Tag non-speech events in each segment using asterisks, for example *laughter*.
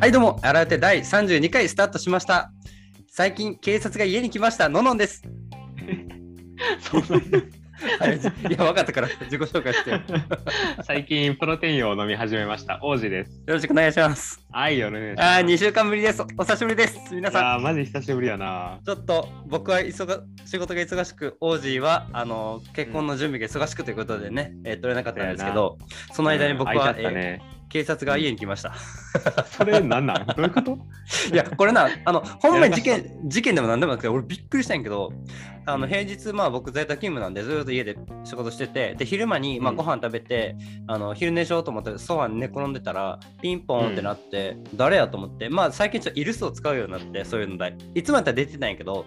はいどうも、あらて第32回スタートしました。最近警察が家に来ました、ののんです。そうなんだはい、いや、わかったから自己紹介してよ。よ *laughs* 最近プロテインを飲み始めました。王子です。ろしくお願いします。はい、よろしくお願いしますあー、2週間ぶりです。お久しぶりです。皆さん、あーマジ久しぶりやな。ちょっと僕は忙仕事が忙しく、オージーはあの結婚の準備が忙しくということでね、えー取れなかったんですけど、そその間に僕は、えーね、警察が家に来ました。それな *laughs* んなんどういうことい *laughs* や、これな、あの、ほんまにや事らかした件、事件でもなんでもなくて、俺びっくりしたんやけど、あの、平日、まあ僕在宅勤務なんで、ずっと家で仕事してて、で、昼間に、まあうんご飯食べて、あの、昼寝しようと思って、ソファに寝転んでたら、ピンポンってなって、誰やと思って、まあ最近ちょっとイルスを使うようになって、そういうので、いつもやったら出てたんやけど、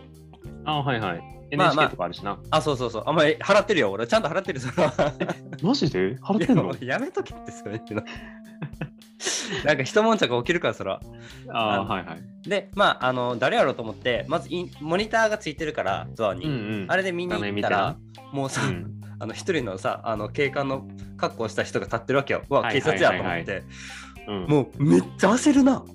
あーはいはい。まあまあ NHK とかあるしな。あ、そうそうそう、あんまり払ってるよ、俺、ちゃん *laughs* と払ってる、それは。マジで払ってんのいややめとけって、それ *laughs* ってな。なんか一悶着起きるから、そら。あーはいはい。で、まあ、あの、誰やろうと思って、まずイン、モニターがついてるから、ドアに。うんうん。あれで見に画面行っ見たたらら、もうさ、うんあの一人のさ、あの警官の格好をした人が立ってるわけよ。うわ、は警いは察いやはいと思はっいて。うんもうめっちゃ焦るな。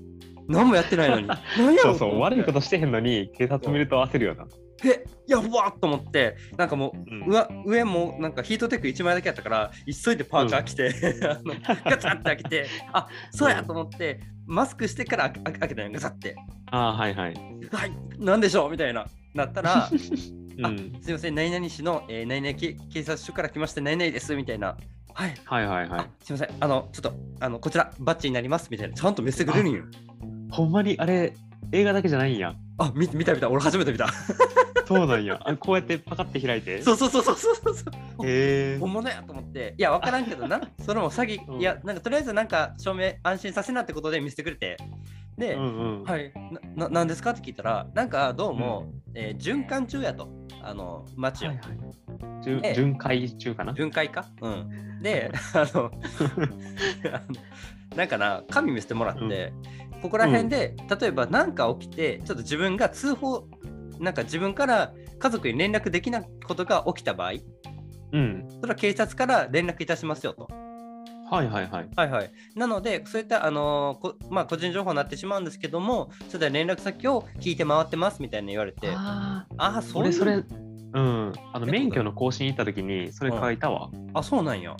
何もやってない *laughs* のに。何やそろうそう、悪いことしてへんのに、警察見ると焦るよな。と。え、やばっと思って、なんかもうんう、うわ、上もなんかヒートテック1枚だけやったから、急いでパーカー着て、 *laughs* あのガツャって開けて、あそうやと思って、マスクしてから開け開けたのよ、ガツャって。あーはいはい。はい、なんでしょうみたいな。なったら、うあん。すいません、何々市の、えー、何々き警察署から来まして、何々ですみたいな。はい、はいはいはあい。すみません、あの、ちょっと、あの、こちら、バッジになりますみたいな、ちゃんと見せてくれるんよ。ほんまにあれ、映画だけじゃないんや。あ、見見た見た、俺初めて見た。そうなんや。あこうやってパカって開いて。そうそうそうそうそうそう。へえ。本物やと思って、いや、わからんけど *laughs* な、それも詐欺、うんいや、なんかとりあえず、なんか、証明、安心させなってことで見せてくれて。で、うんうん。はい、な、ななんですかって聞いたら、なんか、どうも、えー循環中やと、あの、街を。はいはい。巡で巡回中かな。巡回かうん。で、 *laughs* あの、あのなんかな、紙見せてもらって、ここら辺で、例えば何か起きて、ちょっと自分が通報、なんか自分から家族に連絡できないことが起きた場合、うん。それは警察から連絡いたしますよと。はいはいはい。はいはい。なので、そういった、あのーこまあ、個人情報になってしまうんですけども、ちょっと連絡先を聞いて回ってますみたいな言われて、あああ、あ、そそれれそそれ、れ。うん。あの免許の更新行った時にそれ書いたわ。あ、そうなんや。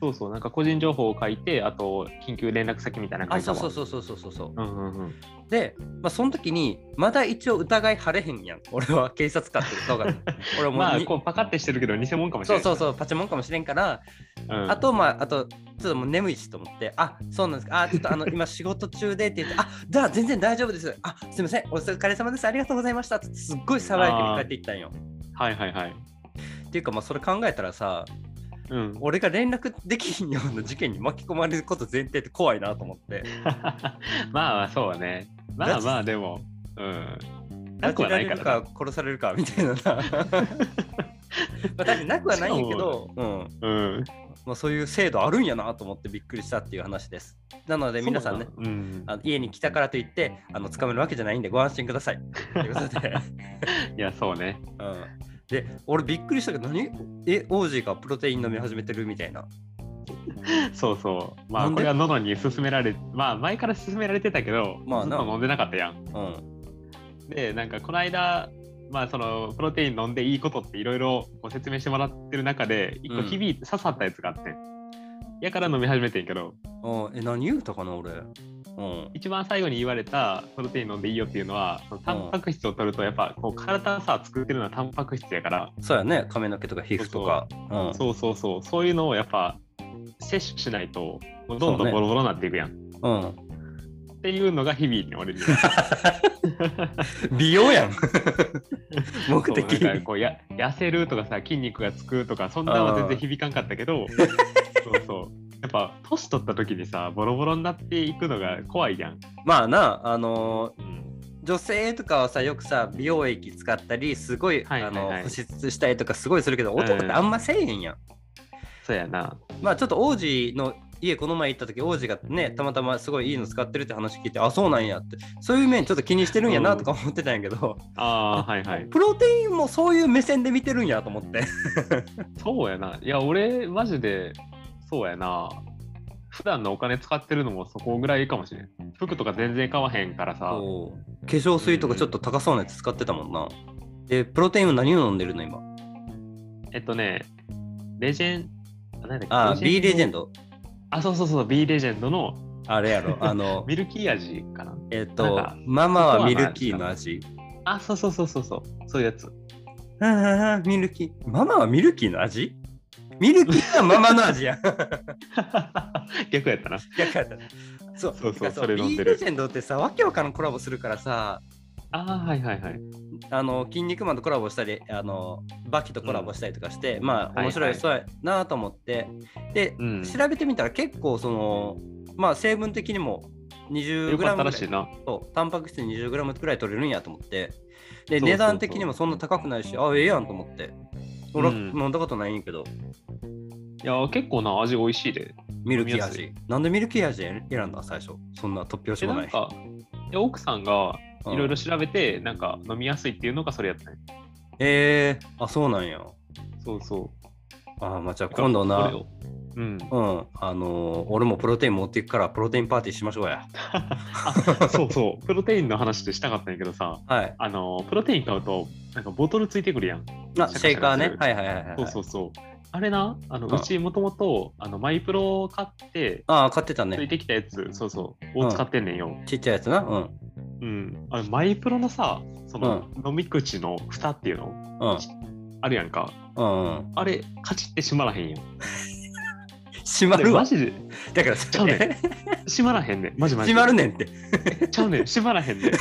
そうそう。なんか個人情報を書いて、あと緊急連絡先みたいなのあ、書そいうたそうわ。そうそうそうそうそう。うんうんうん。で、まあ、その時にまだ一応疑い晴れへん *laughs* やん俺は警察官ってことが *laughs* 俺もうまあにこうパカってしてるけど偽物かもしそれうない。そうそうパチモンかもしれんから、うん。あとまああとちょっともう眠いしと思ってあそうなんですかあちょっとあの今仕事中でって言ってあじゃあ全然大丈夫ですあすいませんお疲れ様ですありがとうございましたってすっごい爽やかに帰っていったんよはいはいはい。っていうかまあそれ考えたらさうん。 *laughs* 俺が連絡できひんような事件に巻き込まれること前提って怖いなと思ってまあそうね。まあまあでも、うん。なくはないなくられからなるか殺されるかみたいなな *laughs* まあ確かになくはないんやけど、うんうん。まあ、そういう制度あるんやなと思ってびっくりしたっていう話ですなので皆さんねそうだな。うん。あの家に来たからといってあの捕まるわけじゃないんでご安心くださいということ *laughs* で、いやそうね。うん、で俺びっくりしたけど何え王子がプロテイン飲み始めてるみたいなそうそう。まなあんでこれは喉に勧められ、まあ前から勧められてたけど、まあずっなと飲んでなかったやん。うんでなんかこの間まあそのプロテイン飲んでいいことっていろいろご説明してもらってる中で一個うん響いて刺さったやつがあって、やから飲み始めてんけどうんえ何言うたかな俺うん一番最後に言われたプロテイン飲んでいいよっていうのはそのタンパク質を取るとやっぱこう体さ作ってるのはタンパク質やから、そうやね髪の毛とか皮膚とかうんそうそうそうそういうのをやっぱ摂取しないともうどそんうどねんボロボロになっていくやん、うんっていうのが響いて俺に美容 *laughs* やん目そう的なんかこうや痩せるとかさ筋肉がつくとかそんなんは全然響かんかったけどそうそうやっぱ年取った時にさボロボロになっていくのが怖いやん、まあなあのーうん、女性とかはさよくさ美容液使ったりすごい、はいはいはいあの保湿したりとかすごいするけどん男ってあんませえへんやん、そうやなまあちょっと王子の家この前行った時王子がねたまたますごいいいの使ってるって話聞いてあそうなんやってそういう面ちょっと気にしてるんやなとか思ってたんやけど、あーはいはいプロテインもそういう目線で見てるんやと思ってそうやないや俺マジでそうやな普段のお金使ってるのもそこぐらいかもしれん服とか全然買わへんからさこう化粧水とかちょっと高そうなやつ使ってたもんな。で、プロテインは何を飲んでるの今。えっとねレジェンあなんだっけあ、B レジェンドド。あそうそうそう B レジェンドのあれやろ。あ *laughs* の、ミルキー味かなえっなんとか、ママはミルキーの味。あそうそうそうそうそうそういうやつはあはあはあミルキー。ママはミルキーの味ミルキーはママの味やん。 *laughs* 逆やったな逆やったそうそうそうてかそれ飲ん B でるレジェンドってさ、わけわからんコラボするからさ、あーはいはいはいあの筋肉マンとコラボしたりあのバキとコラボしたりとかして、まあはい面白いそうやなと思って、で、うん調べてみたら結構そのまあ成分的にも 20g よぐからったいらしいなそうタンパク質 20g くらい取れるんやと思ってでそうそう値段的にもそんな高くないしあええやんと思って俺はうん飲んだことないんやけど、いやー結構な味美味しいでミルキー飲み味なんでミルキー味選んだ最初そんな突拍子えもななんいかいや奥さんがうんいろいろ調べて、なんか飲みやすいっていうのがそれやったねえー、あそうなんやそうそうあまあじゃあ今度なそれをうんうん、あのー俺もプロテイン持っていくからプロテインパーティーしましょうや。 *laughs* あそうそうプロテインの話でしたかったんやけどさはい。あのプロテイン買うとなんかボトルついてくるやん、あ、シャカシェイカーねシャ。カはいはいはい、はい。そうそうそうあれなあのうんうちもともとあのマイプロを買ってああ、買ってたついね。てきたやつ、そうそうを使ってんねんよ、ちっちゃいやつな。うん。うん。うんあれマイプロのさその飲み口の蓋っていうのあるやんかうん、うん。あれカチって閉まらへんやん閉まあれるわマ。ジでだから、ちゃうねん閉まらへんねんマジマジ閉まるねんって。ちゃうねん閉まらへ *laughs* んねん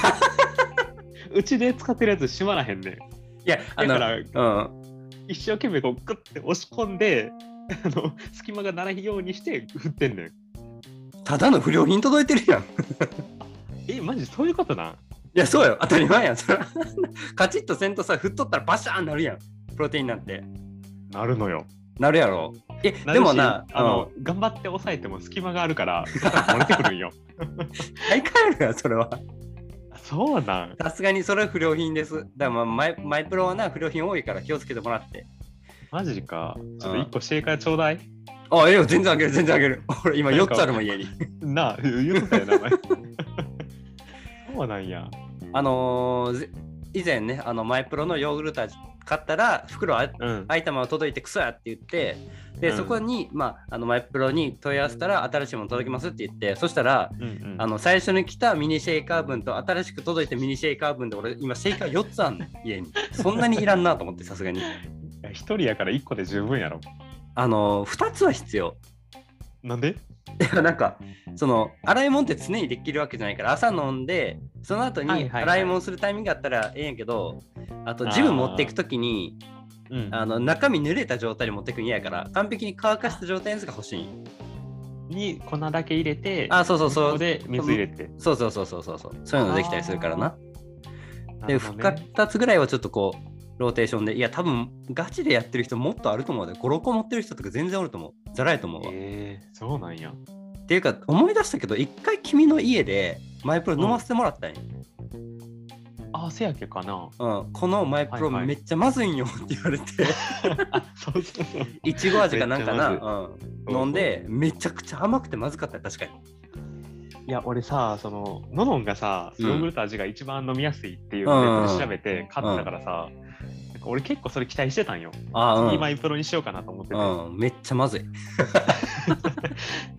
うちで使ってるやつ閉まらへんねんいや、あの、だからうん。一生懸命こうグッて押し込んであの隙間がならんようにして振ってんのよただの不良品届いてるやん。いえマジそういうことなんや、そうよ。当たり前やん。そらカチッとせんとさ、振っとったらバシャーンなるやん。プロテインなんて。なるのよなるやろ。え、でもな、あの、頑張って押さえても隙間があるから漏れてくるんよ買い替えるやん、それは。そうなんさすがにそれは不良品です。だから、まあ、マイマイプロはな、不良品多いから気をつけてもらって。マジかちょっと一個正解ちょうだいあ、ええよ、全然あげる、全然あげる。 *laughs* 俺、今なん4かつあるもん、家に。なあ言ってたよ名前そうなんやあのーぜ以前ね、あの、マイプロのヨーグルト味買ったら、袋あうん開いたまま届いてクソやって言って、で、うんそこに、まあ、あの、マイプロに問い合わせたら、新しいもの届きますって言って、そしたら、うんうんあの、最初に来たミニシェイカー分と、新しく届いたミニシェイカー分で、俺、今、シェイカー4つあんの、家に。そんなにいらんなと思って、さすがに。いや一人やから一個で十分やろあのー、2つは必要。 *laughs* なんでだからなんかその洗い物って常にできるわけじゃないから朝飲んでその後はいはいにはい洗い物するタイミングがあったらええんやけど、あとジム持っていく時にうんあの中身濡れた状態で持っていくん嫌やから完璧に乾かした状態のやつが欲しいに粉だけ入れてあそうそうそここうで水入れてそうそうそうそうそうそうそういうのできたりするからなでなるほどね2つぐらいはちょっとこうローテーションでいや多分ガチでやってる人もっとあると思うで56個持ってる人とか全然おると思うざらやと思うわ、えー、そうなんや。っていうか思い出したけど一回君の家でマイプロ飲ませてもらったんや、あ、せやけかな。うん、このマイプロはいはいめっちゃまずいんよって言われ *laughs* て、あ、そうそうそう。いちご味かなんかな、めっちゃうん、飲んで、めちゃくちゃ甘くてまずかったよ確かに。いや、俺さ、その、ののんがさ、うんヨーグルト味が一番飲みやすいってういうんのを調べて買ったからさ、なんか俺結構それ期待してたんよ。あ次あ、マイプロにしようかなと思ってうん、うん、めっちゃまずい。いて。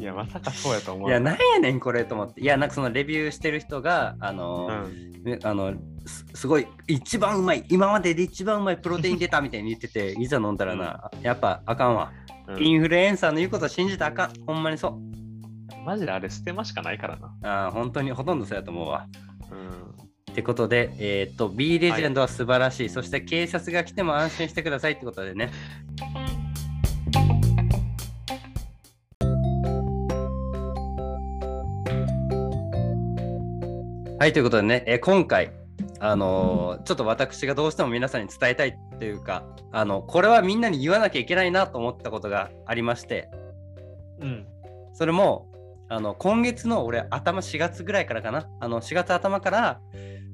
いや、まさかそうやと思う。や、なんやねん、これと思って。いや、なんかそのレビューしてる人が、あうの、ん。ねあのすすごい、一番うまい、今までで一番うまいプロテイン出たみたいに言って *laughs* て、いざ飲んだらな、やっぱあかんわ。うんインフルエンサーの言うこと信じたらあかん。ほんまにそう。マジであれ捨てましかないからな。ああ、本当にほとんどそうやと思うわ。うん。ってことで、えーっと B レジェンドは素晴らしい、そして警察が来ても安心してくださいってことでね。はいということでね、えー今回、あのーちょっと私がどうしても皆さんに伝えたいというかあのこれはみんなに言わなきゃいけないなと思ったことがありましてうん。それもあの今月の俺頭4月ぐらいからかなあの4月頭から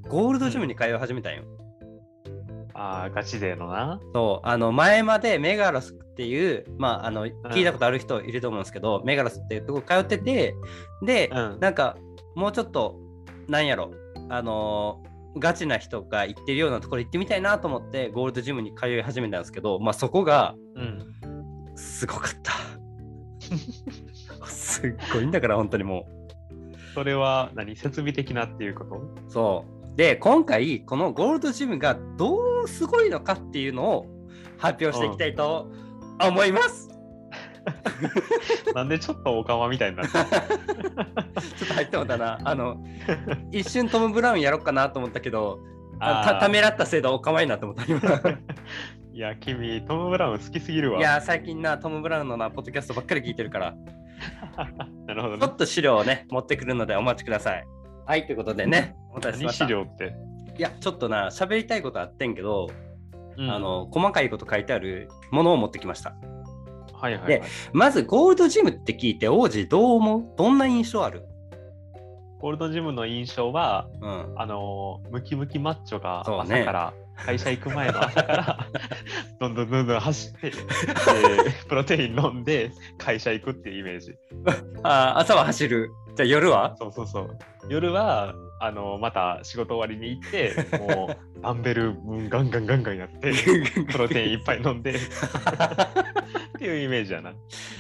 ゴールドジムに通い始めたんよ、ああ、ガチ勢のな。そうあの前までメガロスっていう、まあ、あの聞いたことある人いると思うんですけど、メガロスっていうとこ通っててで、うん。なんかもうちょっとなんやろあのーガチな人が行ってるようなところ行ってみたいなと思ってゴールドジムに通い始めたんですけど、まあ、そこがうん。すごか *laughs* った。すっごいんだから本当にもそれは何設備的なっていうことう。そうで今回このゴールドジムがどうすごいのかっていうのを発表していきたいと思います。なんでちょっとおかまみたいになったちょっと入ってもうたな。あ *laughs* の一瞬トム・ブラウンやろうかなと思ったけど *laughs* あたためらったせいでお構いになって思った今。いや、君、トム・ブラウン好きすぎるわ。いやー最近なトム・ブラウンのなポッドキャストばっかり聞いてるからちなるほどょねっ。と資料をね持ってくるのでお待ちくださいはいということでねお待たせし何ました資い料って。やちょっとな喋りたいことあってんけど、うんあ、の細かいこと書いてあるものを持ってきましたはいはい、はい。でまずゴールドジムって聞いて王子どう思うどんな印象あるゴールドジムの印象は、うんあのームキムキマッチョがそうね朝から、会社行く前の *laughs* 朝から、どんどんどんどん走って、えープロテイン飲んで、会社行くっていうイメージ。あー朝は走るじゃあ夜は *laughs* そうそうそう。夜は、あのーまた仕事終わりに行って、も *laughs* う、ダンベルうんガンガンガンガンやって、プロテインいっぱい飲んで、っていうイメージやな。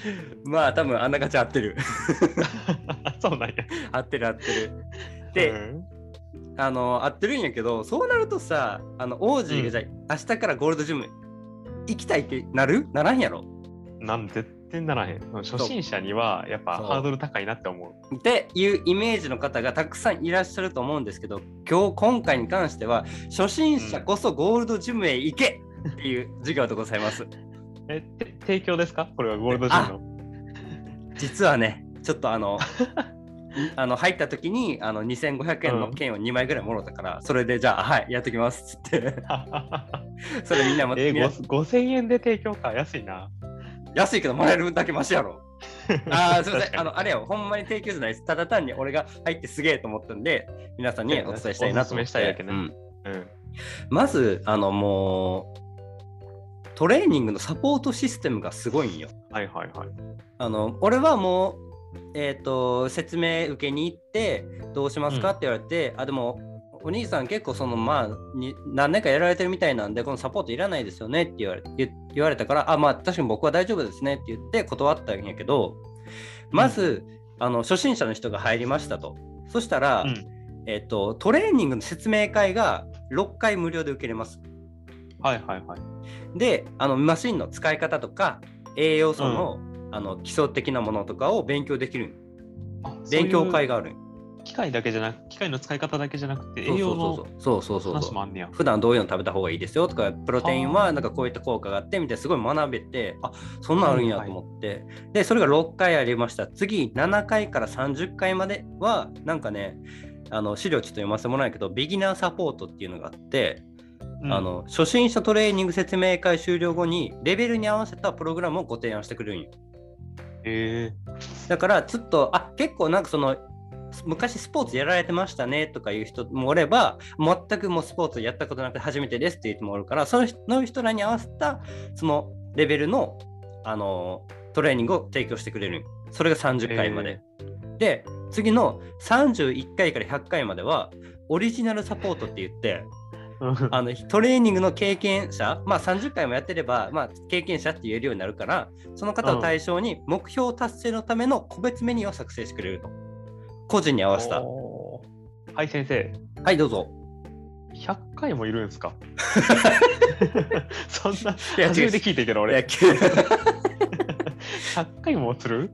*laughs* まあ多分あんな感じ合ってる *laughs* そうなんや。合ってる合ってるで、うんあの合ってるんやけどそうなるとさあの王子うんがじゃあ、明日からゴールドジム行きたいってなるならんやろなん絶対ならへん。初心者にはやっぱそうハードル高いなって思う。っていうイメージの方がたくさんいらっしゃると思うんですけど今日今回に関しては初心者こそゴールドジムへ行けっていう授業でございます。え、て提供ですかこれはゴールドジムの。実はねちょっとあ *laughs* のあの入った時にあの2500円の券を2枚ぐらいもろたから、それでじゃあはいやってきますっつって *laughs* それみんなも *laughs* えみんなー、ご5000円で提供か。安いな。安いけどもらえる分だけマシや *laughs* ろ。ああ、すみませ確かん。あの、あれよ、ほんまに提供じゃないです。ただ単に俺が入ってすげえと思ったんで、皆さんにお伝えしたいなと思って。おすすめしたいわけねうんうん。まず、あの、もう、トレーニングのサポートシステムがすごいんよ。はいはいはい。あの、俺はもう、えっ、と、説明受けに行って、どうしますかうんって言われて、あ、でも、お兄さん結構そのまあに何年かやられてるみたいなんでこのサポートいらないですよねって言われ言言われたからあまあ確かに僕は大丈夫ですねって言って断ったんやけどまず、あの初心者の人が入りましたとそしたら、うんえっとトレーニングの説明会が6回無料で受けれますはいはいはい。であのマシンの使い方とか栄養素の,、あの基礎的なものとかを勉強できるあ勉強会が。がある機械だけじゃなく、機械の使い方だけじゃなくて、そう栄養のそうそうそうそうそう話そうもあんねや。普段どういうの食べた方がいいですよとかプロテインはあはなんかこういった効果があってみたいなすごい学べてあそんなんあるんやと思って、でそれが6回ありました次7回から30回まではなんかねあの資料ちょっと読ませてもらうんやけどビギナーサポートっていうのがあって、うんあ、の初心者トレーニング説明会終了後にレベルに合わせたプログラムをご提案してくれるんよえだからちょっとあ結構なんかその昔スポーツやられてましたねとかいう人もおれば全くもうスポーツやったことなくて初めてですっていう人もおるからその人の人らに合わせたそのレベルの、あのトレーニングを提供してくれるそれが30回まで、で次の31回から100回まではオリジナルサポートって言って *laughs* ー、あのトレーニングの経験者、まあ、30回もやってれば、まあ、経験者って言えるようになるからその方を対象に目標達成のための個別メニューを作成してくれると個人に合わせたおーはい、先生。はいどうぞ100回もいるん *laughs* ですかそんな、いや初めて聞いてるけど、いや俺。きい100回もする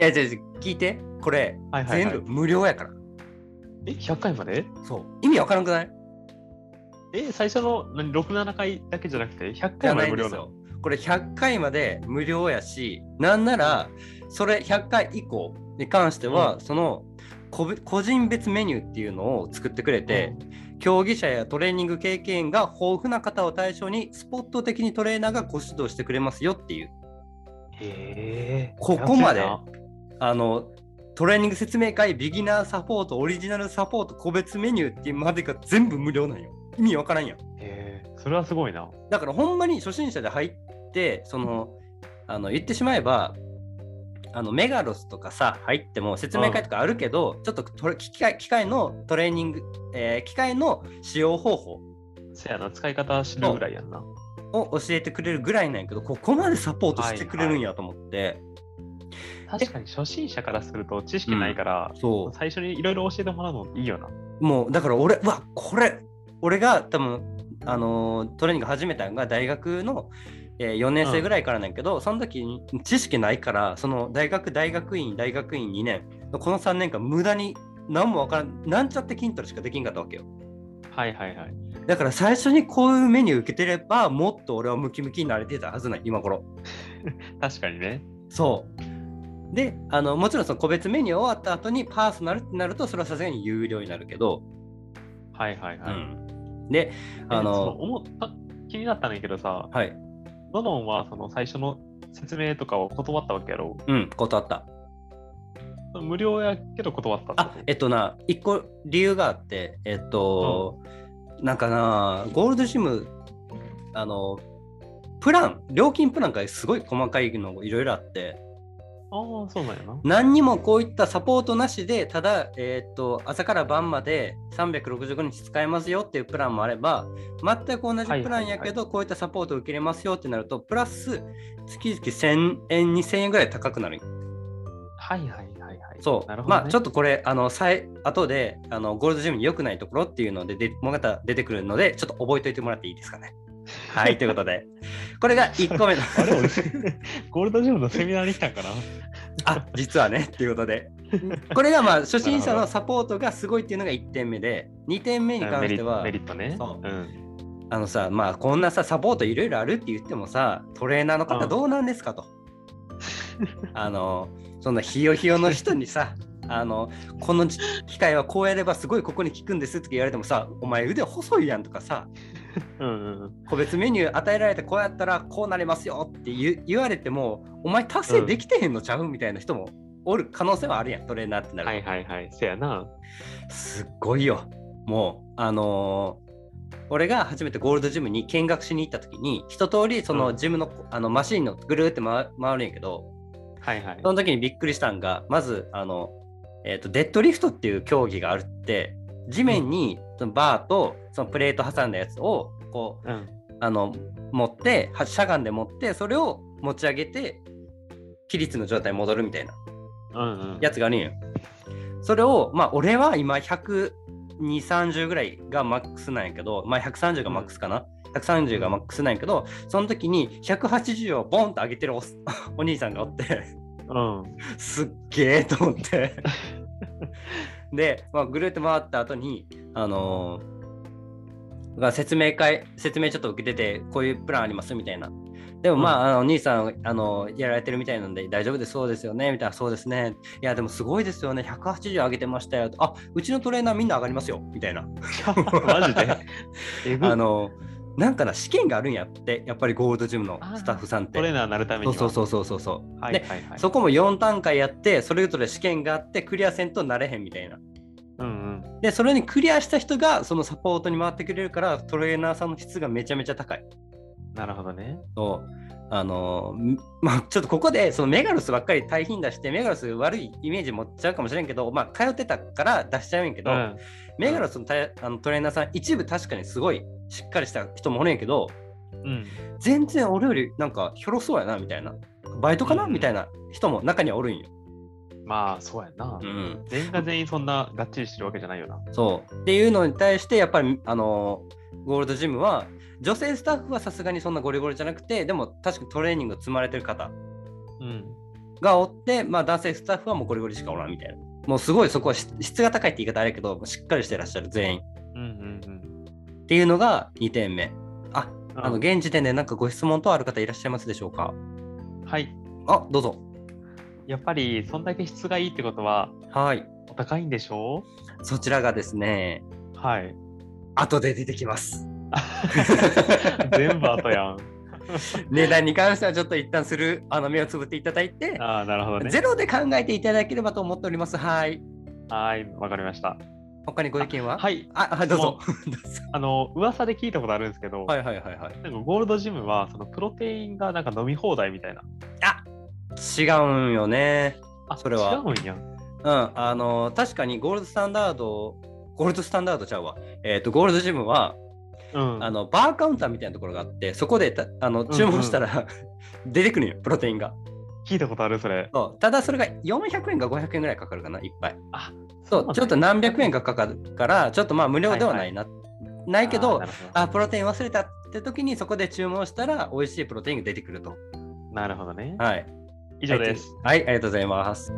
や違う違 *laughs* う聞いてこれ、はいはいはい全部無料やからえ、100回までそう意味わからんくないえ、最初の何6、7回だけじゃなくて、100じ回ゃまないんで無で料すなのよこれ100回まで無料やしなんならそれ100回以降に関しては、その個別個人別メニューっていうのを作ってくれて、競技者やトレーニング経験が豊富な方を対象にスポット的にトレーナーがご指導してくれますよっていうへえここまであのトレーニング説明会ビギナーサポートオリジナルサポート個別メニューっていうまでが全部無料なんよ意味わからんやんえそれはすごいな。だからほんまに初心者で入ってそのあの言ってしまえばあのメガロスとかさ入っても説明会とかあるけど、ちょっとトレ機械機械のトレーニング、えー機械の使用方法せやな、使い方知るぐらいやんな。を教えてくれるぐらいなんやけどここまでサポートしてくれるんやと思って、確かに初心者からすると知識ないから、そ最初にいろいろ教えてもらうのいいよな。うもうだから俺うわこれ俺が多分あのートレーニング始めたのが大学の、え4年生ぐらいからなんやけど、その時に知識ないからその大学大学院大学院2年のこの3年間無駄に何もわからんなんちゃって筋トレしかできんかったわけよはいはいはい。だから最初にこういうメニュー受けてればもっと俺はムキムキになれてたはずない今頃確かにね。そうであのもちろんその個別メニュー終わった後にパーソナルってなるとそれはさすがに有料になるけど、はいはいはうい。んでああのの思った気になったんやけどさ、はいノノンはその最初の説明とかを断ったわけやろ。うん断った無料やけど断ったってあことえっとな一個理由があってえっと、なんかなゴールドジムあのプラン料金プランがすごい細かいのがいろいろあってああ、そうなんやな。何にもこういったサポートなしでただ、えーっと朝から晩まで365日使えますよっていうプランもあれば全く同じプランやけど、こういったサポートを受けれますよってなるとプラス月々1000円2000円ぐらい高くなるはいはいはいはい。そう、なるほど、ね。まあちょっとこれあの最後であのゴールドジムに良くないところっていうのででまた出てくるのでちょっと覚えておいてもらっていいですかねはいということでこれが1個目のあれ俺、 *laughs* ゴールドジムのセミナーに来たんかな。あ実はねっ *laughs* ていうことでこれがまあ初心者のサポートがすごいっていうのが1点目で2点目に関メしリてはメリットね。。そうんあのさまあこんなさサポートいろいろあるって言ってもさトレーナーの方どうなんです *laughs* かとあのそんなひよひよの人にさあのこのじ機械はこうやればすごいここに効くんですって言われてもさお前腕細いやんとかさうんうんうん。個別メニュー与えられてこうやったらこうなれますよって言う言われてもお前達成できてへんのちゃうみたいな人もおる可能性はあるやんトレーナーってなるとはいはいはい。せやな。すっごいよ。もう、あのー俺が初めてゴールドジムに見学しに行った時に、一通りそうのんジムの,、あのマシンのぐるーって回回るんやけど、はいはい。その時にびっくりしたんが、まず、あの、えっ、と、デッドリフトっていう競技があるって、地面にそのバーとそのプレート挟んだやつを、こうん。う、あの、持って、はしゃがんで持って、それを持ち上げて、起立の状態に戻るみたいな。うんうん。やつがあるんよ。それを、まあ、俺は今120、30ぐらいがマックスなんやけど、まあ、130がマックスかな。130がマックスなんやけど、その時に180をボンと上げてるおっ *laughs* お兄さんがおって、うん。 *laughs* すっげえと思って。で、まあ、ぐるっと回った後に、あのーが説明会、説明ちょっと受けてて、こういうプランありますみたいな。でもまあ、あのお兄さん、あのやられてるみたいなんで、大丈夫です、そうですよね、みたいな、そうですね。いや、でもすごいですよね、180上げてましたよ。あ、うちのトレーナーみんな上がりますよ、みたいな。マジで。えぐいあのなんかな、試験があるんやって、やっぱりゴールドジムのスタッフさんってトレ。ーナーになるためにそうは。そうそうそうそうそう。はいではいはい。そこも4段階やってそれぞれ試験があってクリアせんとなれへんみたいなうんでそれにクリアした人がそのサポートに回ってくれるからトレーナーさんの質がめちゃめちゃ高いうん。なるほどね。そうあのーんまあちょっとここでそのメガロスばっかり大品出してメガロス悪いイメージ持っちゃうかもしれんけどまあ通ってたから出しちゃうんやけど、うん。メガロスのたあのトレーナーさん一部確かにすごいしっかりした人もおるんやけどうん。全然俺よりなんかひょろそうやなみたいなバイトかな、うんみたいな人も中にはおるんよ、まあ、そうやなう。ん、全員が全員そんながっちりしてるわけじゃないよな。そうっていうのに対してやっぱりあのゴールドジムは女性スタッフはさすがにそんなゴリゴリじゃなくてでも確かにトレーニングを積まれてる方うん。がおって、まあ、男性スタッフはもうゴリゴリしかおらんみたいなもうすごいそこはし質が高いって言い方あれやけどしっかりしてらっしゃる全員うんうんうん。っていうのが2点目ああのうん現時点で何かご質問等ある方いらっしゃいますでしょうかはい。あどうぞやっぱり、そんだけ質がいいってことは、はいお高いんでしょそちらがですね *laughs* うはい。後で出てきます全部後やん。値段に関してはちょっと一旦するあの目をつぶっていただいてああ、なるほどねゼ。ロで考えていただければと思っております。はい。はい、わかりました。他にご意見は。はいい、あ、あ *laughs* どうぞ。あの噂で聞いたことあるんですけど、はいはいはいはい。なんかゴールドジムはそのプロテインがなんか飲み放題みたいな。あ違うんよね。あ、それは違うんや。うん、あの確かにゴールドスタンダード、ゴールドスタンダードちゃうわ。えっ、と、ゴールドジムは、うん。あのバーカウンターみたいなところがあって、そこでたあのんうん注文したら、 *laughs* 出てくるんよ、プロテインが。聞いたことあるそれ。そうただそれが400円か500円ぐらいかかるかな、いっぱい。あ、そそうなんう、やちょっと何百円かかかるから、ちょっとまあ無料ではないな。ないけどあー、あプロテイン忘れたって時にそこで注文したら美味しいプロテインが出てくると。なるほどなるほどね。はい。以上です。はい、ありがとうございます。